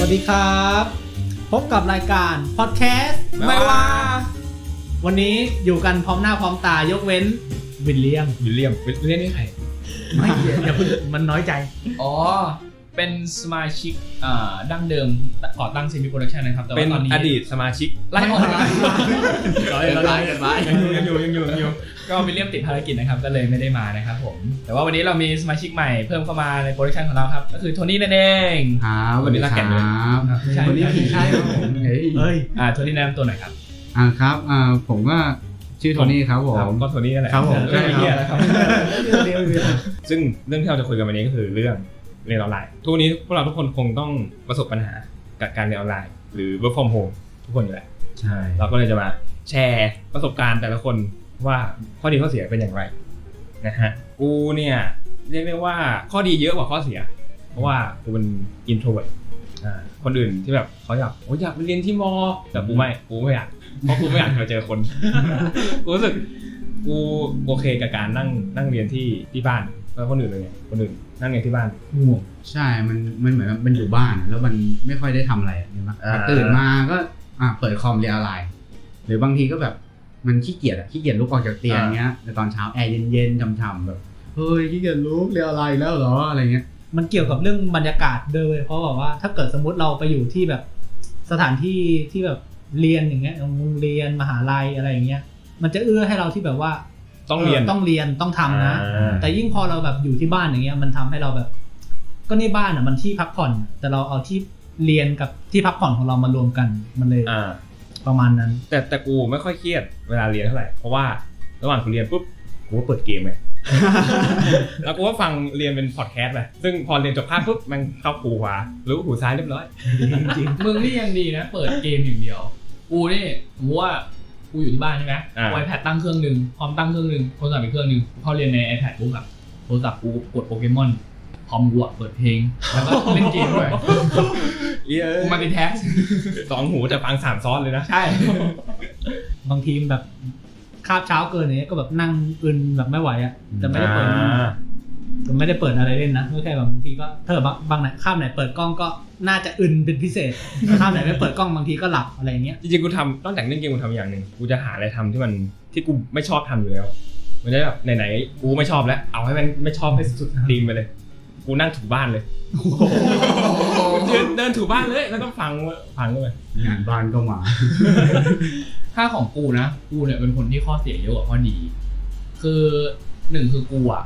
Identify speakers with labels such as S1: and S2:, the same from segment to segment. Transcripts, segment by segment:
S1: วัสดีครับ พบกับรายการพอดแคสต์
S2: ไม่ว่า
S1: วันนี้อยู่กันพร้อมหน้าพร้อมตายกเว้นวินเลียม
S2: วิลเลียมเล่นนี่ใคร
S1: ไม่อย่าเพิ่งมันน้อยใจ
S3: อ๋อ เป็นสมาชิกอ่าดั้งเดิมก่อตั้งเซมิโปรดักชันนะครับ แต่
S2: เป็
S3: ว่าน ตอนนี้
S2: อดีตสมาชิก
S3: ไล่ออกแล้ว
S1: ร้อยร้อยกันไป
S2: ยังอยู่ยังอยู่ยังอยู่ยังอยู่
S3: ก็วิลเลียมติดภารกิจนะครับ ก็เลยไม่ได้มานะครับผม แต่ว่าวันนี้เรามีสมาชิกใหม่เพิ่มเข้ามาในโปรดักชันของเราครับ ก็คือโทนี่นั่นเอง
S4: ครับสวัสดีครับ
S3: ใช่
S4: วันนี้ผีใช่ครับผมเฮ้ย
S1: เอ้ย
S3: อ่าโทนี่แนะนำตัวหน่อยครับ
S4: อ่าครับ อ่า ผมว่าชื่อโทนี่ครับผ
S2: ครับ
S4: ม
S2: ก็โทนี่นั่นแหละ
S4: ครับผม
S2: เรื่องไอ้เหี้ย
S4: ใช่
S2: นะค
S4: ครั
S2: รับ
S4: บ
S2: ซึ่งเรื่องที่เราจะคุยกันวันนี้ก็คือเรื่องเรียนออนไลน์ ทุกวันนี้พวกเราทุกคนคงต้องประสบปัญหากับการเรียนออนไลน์ หรือ work from home ทุกคนอยู่แหละ
S4: ใช่
S2: เราก็เลยจะมาแชร์ประสบการณ์แต่ละคนว่าข้อดีข้อเสียเป็นอย่างไรนะฮะกูเนี่ยเรียกได้ว่าข้อดีเยอะกว่าข้อเสีย เพราะว่ากูเป็นอินโทรเวิร์อ่าคนอื่นที่แบบเขาอยากโอ้ยอยากไปเรียนที่มอ แต่กูไม่กูไม่อยากเพราะกูไม่อยากไปเจอคน กูรู้สึกกูโอเคกับการนั่งนั่งเรียนที่ที่บ้านแล้วคนอื่นเลยไงคนอื่นนั่งเรียนที่บ้าน
S3: ง่วง
S4: ใช่ มันมันเหมือนมันอยู่บ้านอะแล้วมันไม่ค่อยได้ทำอะไรอะเห็นปะ
S2: อ่า
S4: ตื่นมาก็ อ่า เปิดคอมเรียนออนไลน์ หรือบางทีก็แบบมันขี้เกียจอะขี้เกียจลุกออกจากเตียงเงี้ย แต่ตอนเช้าแอร์เย็นๆช่ำๆแบบ เฮ้ยขี้เกียจลุกเรียนออนไลน์อีกแล้วเหรออะไรเงี้ย
S1: มันเกี่ยวกับเรื่องบรรยากาศด้วยเพราะแบบว่าถ้าเกิดสมมติเราไปอยู่ที่แบบสถานที่ที่แบบเรียนอย่างเงี้ยโรงเรียนมหาลัยอะไรอย่างเงี้ย มันจะเอื้อให้เราที่แบบว่า
S2: ต้องเรียน
S1: ต้องเรียนต้องทำนะ
S2: อ่า
S1: แต่ยิ่งพอเราแบบอยู่ที่บ้านอย่างเงี้ยมันทำให้เราแบบ ก็นี่บ้านอ่ะมันที่พักผ่อน แต่เราเอาที่เรียนกับที่พักผ่อนของเรามารวมกันมันเลย
S2: อ่า
S1: ประมาณนั้น
S2: แต่แต่กูไม่ค่อยเครียดเวลาเรียนเท่าไหร่ เพราะว่าระหว่างกูเรียนปุ๊บกูก็เปิดเก มไง แล้วกูก็ฟังเรียนเป็นพอดแคสต์ไปซึ่งพอเรียนจบภาคปุ๊บมันเข้าหูขวาหรือหูซ้ายเรียบร้อย
S3: มึงนี่ยังดีนะ เปิดเกมอย่างเดียว กูนี่สมมติว่ากูอยู่ที่บ้านใช่ไหม
S2: อ่า
S3: ไอแพดตั้งเครื่องหนึ่งคอมตั้งเครื่องหนึ่งโทรศัพท์อีกเครื่องหนึ่งพอเรียนใน iPad ปุ๊บอะโทรศัพท์กูกดโปเกมอนคอมกูอะเปิดเพลงแล้วก็เล่นเกม ด้วย
S2: เย้
S3: กูมาติแท็ก
S2: สองหูแต่ฟังสามซ้อนเลยนะ
S3: ใช่
S1: บางทีมแบบคาบเช้าเกินอย่างเงี้ยก็แบบนั่งอึนแบบไม่ไหวอ่ะแต่ไม่ได้เปิด
S2: อ่า
S1: แต่ไม่ได้เปิดอะไรเล่นนะก็แค่แบบบางทีก็เธอบางบางไหนข้ามไหนเปิดกล้องก็น่าจะอึนเป็นพิเศษข้ามไหนไม่เปิดกล้องบางทีก็หลับอะไรอย่างเงี้ย
S2: จริงๆกูทำนอกจากเล่นเกมกูทำอย่างหนึ่งกูจะหาอะไรทำที่มันที่กูไม่ชอบทำอยู่แล้ว มันจะแบบไหนๆกูไม่ชอบแล้ว เอาให้มันไม่ชอบให้สุดๆดีมไปเลย กูนั่งถูบ้านเลยกูเดินเดินถูบ้านเลยแล้วก็ฟังฟังเลย
S4: งานบ้านก็มา
S3: ถ้าของกูนะ กูเนี่ยเป็นคนที่ข้อเสียเยอะกว่าข้อดี คือหนึ่งคือกูอะ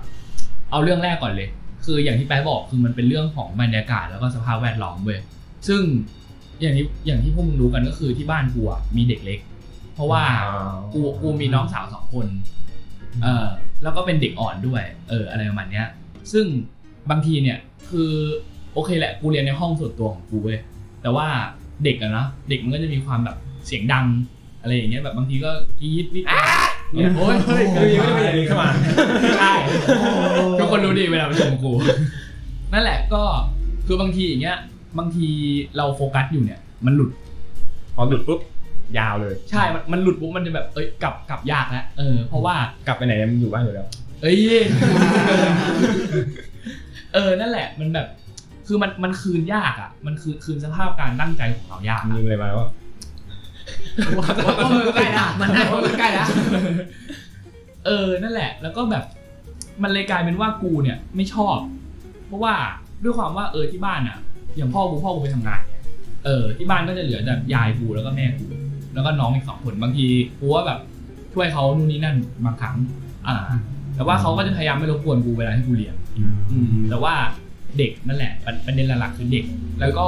S3: เอาเรื่องแรกก่อนเลย คืออย่างที่แป๊ะบอกคือมันเป็นเรื่องของบรรยากาศแล้วก็สภาพแวดล้อมเว้ย ซึ่งอย่างที่อย่างที่พวกมึงรู้กันก็คือที่บ้านกูอะมีเด็กเล็ก เพราะว่า
S2: ว้าว
S3: กูกูมีน้องสาวสองคน เออแล้วก็เป็นเด็กอ่อนด้วย เอออะไรประมาณเนี้ย ซึ่งบางทีเนี่ยคือโอเคแหละกูเรียนในห้องส่วนตัวของกูเว้ย แต่ว่าเด็กอะนะเด็กมันก็จะมีความแบบเสียงดังอะไรอย่างเงี้ยแบบบางทีก็กรี๊ดนิดเนี่ยโอ้ย
S2: เฮ้ยกูยังไม่ได้เป็นอย่างนี้เข้ามา
S3: ใช่ ทุกคนรู้ดีเวลาไปชมกู นั่นแหละก็คือบางทีอย่างเงี้ย บางทีเราโฟกัสอยู่เนี่ย มันหลุด
S2: พอหลุดปุ๊บยาวเลย
S3: ใช่ มันมันหลุดปุ๊บมันจะแบบ เอ้ย กลับ กลับยากแล้ว เออ เพราะว่า
S2: กลับไปไหนมันอยู่บ้านอยู่แล้ว
S3: เอ้ย เออ นั่นแหละ มันแบบ คือมัน มันคืนยากอ่ะ มันคือคืนสภาพการตั้งใจของเรายาก
S2: มัน
S3: อะ
S2: ยืมอะไรมาว่า
S3: โอ้ ยมันใกล้ละ
S1: มันได้
S3: โอ้ยมันใกล้ละเออ นั่นแหละ แล้วก็แบบ มันเลยกลายเป็นว่ากูเนี่ย ไม่ชอบ เพราะว่าด้วยความว่าเออที่บ้านอ่ะ อย่างพ่อกูพ่อกูไปทำงานไงเออ ที่บ้านก็จะเหลือแต่ยายกูแล้วก็แม่กู แล้วก็น้องอีกสองคนบางทีกูว่าแบบช่วยเขานู่นนี่นั่นบางครั้ง อ่า แต่ว่าเขาก็จะพยายามไม่รบกวนกูเวลาที่กูเรียน อืมแต่ว่าเด็กนั่นแหละประประเด็นหลักๆคือเด็ก แล้วก็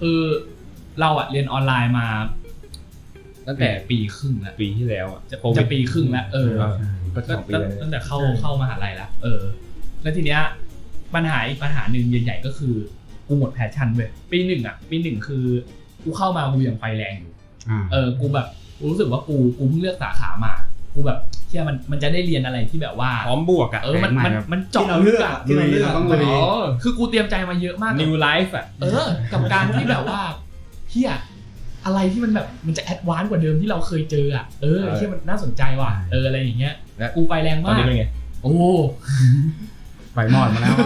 S3: คือเราอะเรียนออนไลน์มา ตั้งแต่ปีครึ่งแล้ว
S2: ปีที่แล้วอ่ะจะโควิ
S3: จะ
S2: ด
S3: ปีครึ่งแล้วเออ
S2: ก็
S3: ก็
S2: สองปีแล้ว
S3: ตั้งแต่เข้า
S1: ใช่
S3: เข้ามหาลัยแล้วเออ แล้วทีเนี้ยปัญหาอีกปัญหาหนึ่งใหญ่ๆก็คือกูหมดแพชชั่นเว้ยปีหนึ่งอะปีหนึ่งคือกูเข้ามากูยังไฟแรงอยู่
S4: อ่า
S3: เออ กูแบบกูรู้สึกว่ากูกูเพิ่งเลือกสาขามา กูแบบเชื่อมันมันจะได้เรียนอะไรที่แบบว่า
S2: พร้อมบวกอ่ะ
S3: เออ มัน
S4: แปลกใหม่
S3: มัน
S4: ครับ
S3: มัน
S1: ที่
S3: เจาะ
S1: เราเลือกอะที่เราเลือก
S4: ต้อง
S1: อะ
S4: ลุย
S3: อ๋อคือกูเตรียมใจมาเยอะมาก
S2: new life อ่ะ
S3: เออ กับการที่แบบว่าเฮียอะไรที่มันแบบมันจะแอดวานซ์กว่าเดิมที่เราเคยเจออ่ะ เออ
S2: เออ
S3: เฮียมันน่าสนใจว่ะ เออ อะไรอย่างเงี้ย
S2: และ
S3: กูไปแรง
S2: ตอนนี้
S3: มาก
S2: เป็นไง
S3: โอ้
S4: ไฟมอดมาแล้ว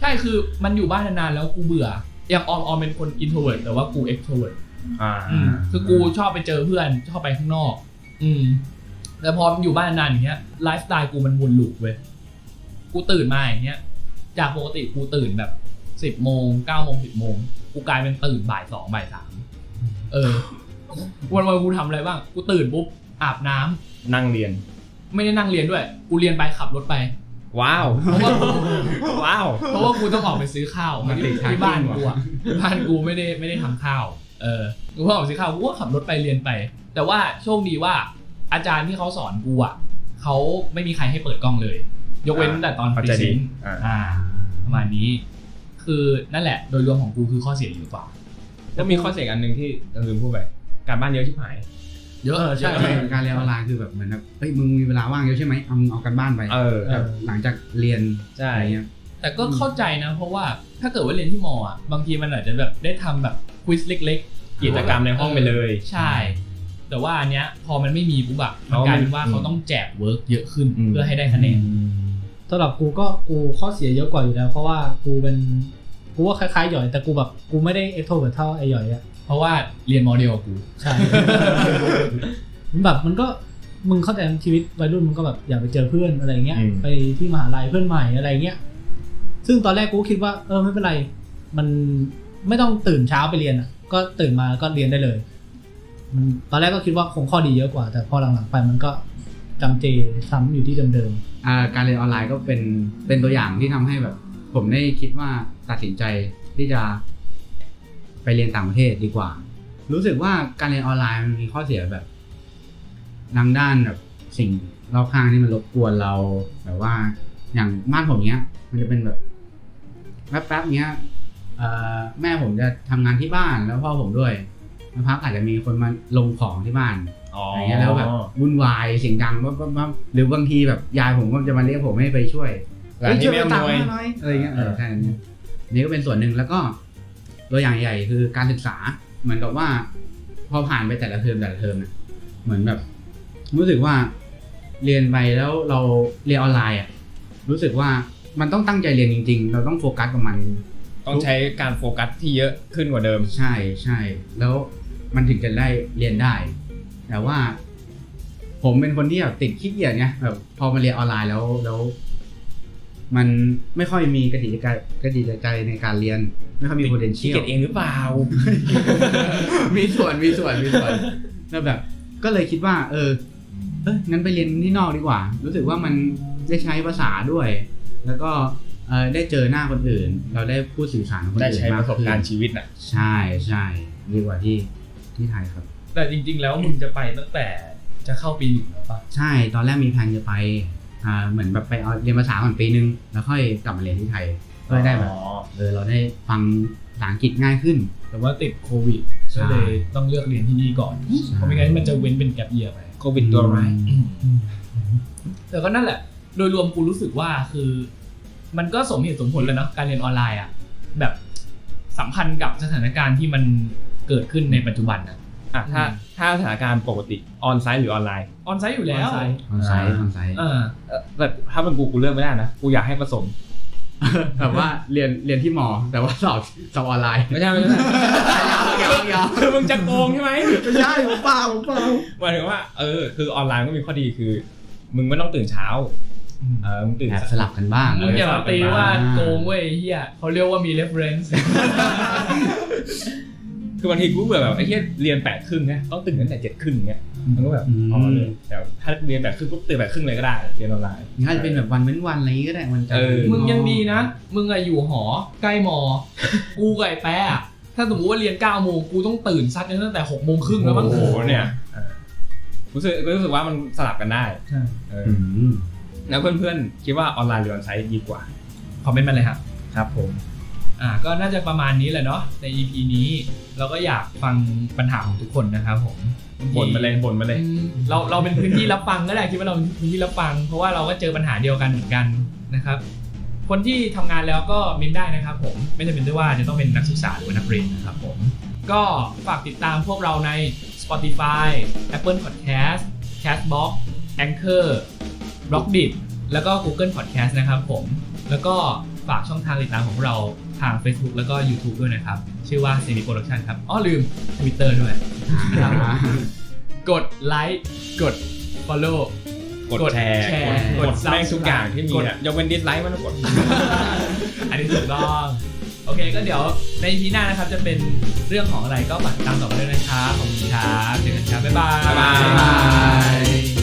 S3: ใช่ คือมันอยู่บ้านนานๆแล้วกูเบื่อ อย่างออมออมเป็นคนอินโทรเวิร์ดแต่ว่ากูเอ็กโทรเวิร์ด
S2: อ่า
S3: คือกูชอบไปเจอเพื่อนชอบไปข้างนอก อืมแต่พออยู่บ้านนานอย่างเงี้ยไลฟ์สไตล์กูมันวนลูปเว้ยกูตื่นมาอย่างเงี้ย จากปกติกูตื่นแบบสิบโมงเก้าโมงสิบโมงกูกลายเป็นตื่นบ่ายสองบ่ายสามเออ วันวันๆกูทำอะไรบ้างกูตื่นปุ๊บอาบน้ำ
S2: นั่งเรียน
S3: ไม่ได้นั่งเรียนด้วย กูเรียนไปขับรถไป
S2: ว้าว
S3: เพราะว่า
S2: ว้าว
S3: เพราะว่ากูต้องออกไปซื้อข้าว
S4: มันติด
S3: ที่บ้าน
S4: ทางกินว่ะ
S3: กูอะบ้านกูไม่ได้ไม่ได้ทำข้าว เออกูก็ออกไปซื้อข้าวกูก็ขับรถไปเรียนไป แต่ว่าโชคดีว่าอาจารย์ที่เขาสอนกูอ่ะเขาไม่มีใครให้เปิดกล้องเลย ยกเว้น
S2: อ่า
S3: แต่ตอน
S2: เข้า
S3: ปี
S2: ใจดี
S3: สิง
S2: อ่า
S3: อ่า ประมาณนี้ คือนั่นแหละ โดยรวมของกูคือข้อเสียอยู่กว่า
S2: แล้วมีข้อเสียอันหนึ่งที่ลืมพูดไป การบ้านเยอะชิบหาย
S3: เยอะ
S4: ใช่การเรียนออนไลน์คือแบบเหมือนแบบเฮ้ยมึงมีเวลาว่างเยอะใช่ไหมเอามึงเอากันบ้านไป
S2: เออ
S4: แบบหลังจากเรียน
S2: ใช่
S4: อะไรเงี้ย
S3: แต่ก็เข้าใจนะ เพราะว่าถ้าเกิดว่าเรียนที่มออะบางทีมันอาจจะแบบได้ทำแบบควิสเล็ก ๆ
S2: กิจกรรมในห้องไปเลย
S3: ใช่ แต่ว่าอันเนี้ยพอมันไม่มีปุ๊บอะมัน
S2: เขา
S3: ก
S2: ไม่
S3: ลายเป็นว่าเขาต้องแจกเวิร์กเยอะขึ้น
S2: อืม
S3: เพื่อให้ได้คะแนน
S1: สำหรับกูก็กูข้อเสียเยอะกว่าอยู่แล้ว เพราะว่ากูเป็นกูว่าคล้ายๆหย่อยแต่กูแบบกูไม่ได้เอ็กโทรเวิร์ดเท่าไอ้หย่อยอะ
S3: เพราะว่าเรียนมอเดียวกับกู
S1: ใช่ มันแบบมันก็มึงเข้าใจชีวิตวัยรุ่นมันก็แบบอยากไปเจอเพื่อนอะไรเงี้ย
S2: อืม
S1: ไปที่มหาลัยเพื่อนใหม่อะไรเงี้ยซึ่งตอนแรกกูก็คิดว่าเออไม่เป็นไร มันไม่ต้องตื่นเช้าไปเรียนอะก็ตื่นมาก็เรียนได้เลย มันตอนแรกก็คิดว่าคงข้อดีเยอะกว่า แต่พอหลังๆไปมันก็จำเจซ้ำอยู่ที่เดิมๆ
S4: อ่าการเรียนออนไลน์ก็เป็นเป็นตัวอย่างที่ทำให้แบบ ผมได้คิดว่าตัดสินใจที่จะไปเรียนต่างประเทศดีกว่า รู้สึกว่าการเรียนออนไลน์มันมีข้อเสียแบบทางด้านแบบสิ่งรอบข้างที่มันรบกวนเราแบบว่า อย่างบ้านผมเนี้ย มันจะเป็นแบบแป๊บๆเนี้ยเอ่อแม่ผมจะทำงานที่บ้านแล้วพ่อผมด้วยแล้วพักอาจจะมีคนมาลงของที่บ้าน
S2: อ๋อ
S4: อะไร
S2: อ
S4: เงี้ยแล้วแบบวุ่นวายเสียงดังปั๊บปั๊บปั๊บหรือบางทีแบบยายผมก็จะมาเรียกผมให้ไปช่วย
S2: ร้านนี้ไม่
S4: เฮ้ย
S2: เอาหน่วย
S4: ช่วยไปตามมาหน่อยอะไรเงี้ยเอ
S2: เอ
S4: อ
S2: อ
S4: ใช่อันเนี้ยอันนี่ก็เป็นส่วนหนึ่งแล้วก็ตัวอย่างใหญ่คือการศึกษาเหมือนกับว่า พอผ่านไปแต่ละเทอมแต่ละเทอมเนี่ยเหมือนแบบ รู้สึกว่าเรียนไปแล้วเราเรียนออนไลน์อ่ะรู้สึกว่ามันต้องตั้งใจเรียนจริง ๆ เราต้องโฟกัสกับมัน
S2: ต้องใช้การโฟกัสที่เยอะขึ้นกว่าเดิม
S4: ใช่ใช่แล้วมันถึงจะได้เรียนได้ แต่ว่า ผมเป็นคนที่แบบติดขี้เกียจไงแบบพอมาเรียนออนไลน์แล้วแล้ว มันไม่ค่อยมีกระดิกระกระดิกระใจในการเรียน ไม่ค่อยมี
S2: ขี้
S4: potential
S2: เกียจเองหรือเปล่า
S4: มีส่วนมีส่วนมีส่วนแล้วแบบ ก็เลยคิดว่า เออเอ้ยงั้นไปเรียนที่นอกดีกว่า รู้สึกว่ามันได้ใช้ภาษาด้วย แล้วก็เออได้เจอหน้าคนอื่น เราได้พูดสื่อสารกับคน
S2: ได้
S4: อื่น
S2: ใช้ป
S4: มาก
S2: ระสบ
S4: ขึ้
S2: การ
S4: น
S2: ณ์ชีวิตน่ะ
S4: ใช่ใช่ดีกว่าที่ที่ไทยครับ
S3: แต่จริง ๆ แล้วมึงจะไปตั้งแต่จะเข้าปีหนึ่งแล้วปะ
S4: ใช่ ตอนแรกมีแผนจะไปอ่าเหมือนแบบไปเอาเรียนภาษาก่อนปีนึง แล้วค่อยกลับมาเรียนที่ไทยเพื่อได้แบบเออเราได้ฟังภาษาอังกฤษง่ายขึ้น
S3: แต่ว่าติดโควิด
S4: ใช่
S3: ก็เลยต้องเลือกเรียนที่นี่ก่อน เพราะไม่งั้นมันจะเว้นเป็นแกลบเยียไป
S2: โควิดตัวร้าย
S3: แต่ก็นั่นแหละ โดยรวมกูรู้สึกว่าคือ มันก็สมเหตุสมผลแล้วเนาะการเรียนออนไลน์อ่ะแบบสัมพันธ์กับสถานการณ์ที่มันเกิดขึ้นในปัจจุบันนะ
S2: อ่ะถ้าถ้าสถานการณ์ปกติออนไซต์หรือออนไลน์
S3: ออนไซต์อยู่แล้ว
S1: on site
S4: ออนไซต์ออนไซต์
S3: เออ
S2: เอ่อแต่ถ้าเป็นกูกูเลือกไม่ได้นะ กูอยากให้ผสม
S4: แบบว่าเรียนเรียนที่หมอ แต่ว่าสอบสอบออนไลน์
S2: ไม่ใช่ไม่ใช่
S4: ยาวยาว
S2: คือมึงจะโกงใช่ไหม
S4: ไม่ใช่ผมเปล่าผมเปล่า
S2: หมายถึงว่าเออคือออนไลน์ก็มีข้อดีคือ มึงไม่ต้องตื่นเช้าเออมึงตื่น
S4: แอบสลับกันบ้าง
S3: มึงอย่ามาตีว่า
S4: อ่
S3: โกงเว้ยไอ้เฮียเขาเรียกว่ามี reference
S2: คือบางทีกูเบื่อแบบไอ้เหี้ยเรียนแปดครึ่งนะต้องตื่นตั้งแต่เจ็ดครึ่งอย่างเงี้ยมันก็แบบพอเลยแต่ถ้าเรียนแปดครึ่งปุ๊บตื่นแปดครึ่งเลยก็ได้เรียนออนไลน์
S4: งั้นจะเป็นแบบวันเว้นวันอะไรอย่างงี้ก็ได้วันจันท
S2: เออ
S4: ร์
S3: มึงยังดีนะ มึงอะอยู่หอ ใกล้มอ กูไก่แปะอะถ้าสมมติว่าเรียน9ก้าโมงกูต้องตื่นซัดกันตั้งแต่6กโมงครึ่งแล้วมั้ง
S2: โอ้โหเนี่ยเออรู้สึกรู้สึกว่ามันสลับกันได้
S1: ใช่
S2: เออ
S4: อืม
S2: แล้วเพื่อนๆคิดว่าออนไลน์หรือออนไซต์ดีกว่า
S3: คอมเมนต์มาเลยครับ
S2: ครับผม
S3: อ่าก็น่าจะประมาณนี้แหละเนาะใน EP นี้เราก็อยากฟังปัญหาของทุกคนนะครับผม
S2: บ่นมาเลยบ่นมาเลย
S3: อืมเราเราเป็นพื้นที่รับฟังก็ได้คิดว่าเราเป็นพื้นที่รับฟัง เพราะว่าเราก็เจอปัญหาเดียวกันเหมือนกันนะครับ คนที่ทำงานแล้วก็เม้นได้นะครับผมไม่จำเป็นด้วยว่าจะต้องเป็นนักศึกษาหรือว่านักเรียนนะครับผม ก็ฝากติดตามพวกเราใน Spotify Apple Podcast Castbox Anchor b l o g d i t แล้วก็ Google Podcast นะครับผม แล้วก็ฝากช่องทางติดตามของเรา ทาง Facebook แล้วก็ YouTube ด้วยนะครับ ชื่อว่า s e m i Production ครับอ๋อลืม Twitter ด้วย
S4: อ่า
S3: กดไลค์กด Follow
S2: กดแชร์
S3: กด
S2: กด
S3: แชร์
S2: แม่ง
S3: กด
S2: ทุกอย่างที่มีอะยกเว้นดิสไลค์มันต้องกด
S3: อันนี้ถูกต้อง โอเคก็เดี๋ยวในพีหน้านะครับจะเป็นเรื่องของอะไรก็ฝากติดตามต่อไปด้วยนะครับขอบคุณครับเจอกันครับ บ๊ายบาย
S2: บ๊ายบาย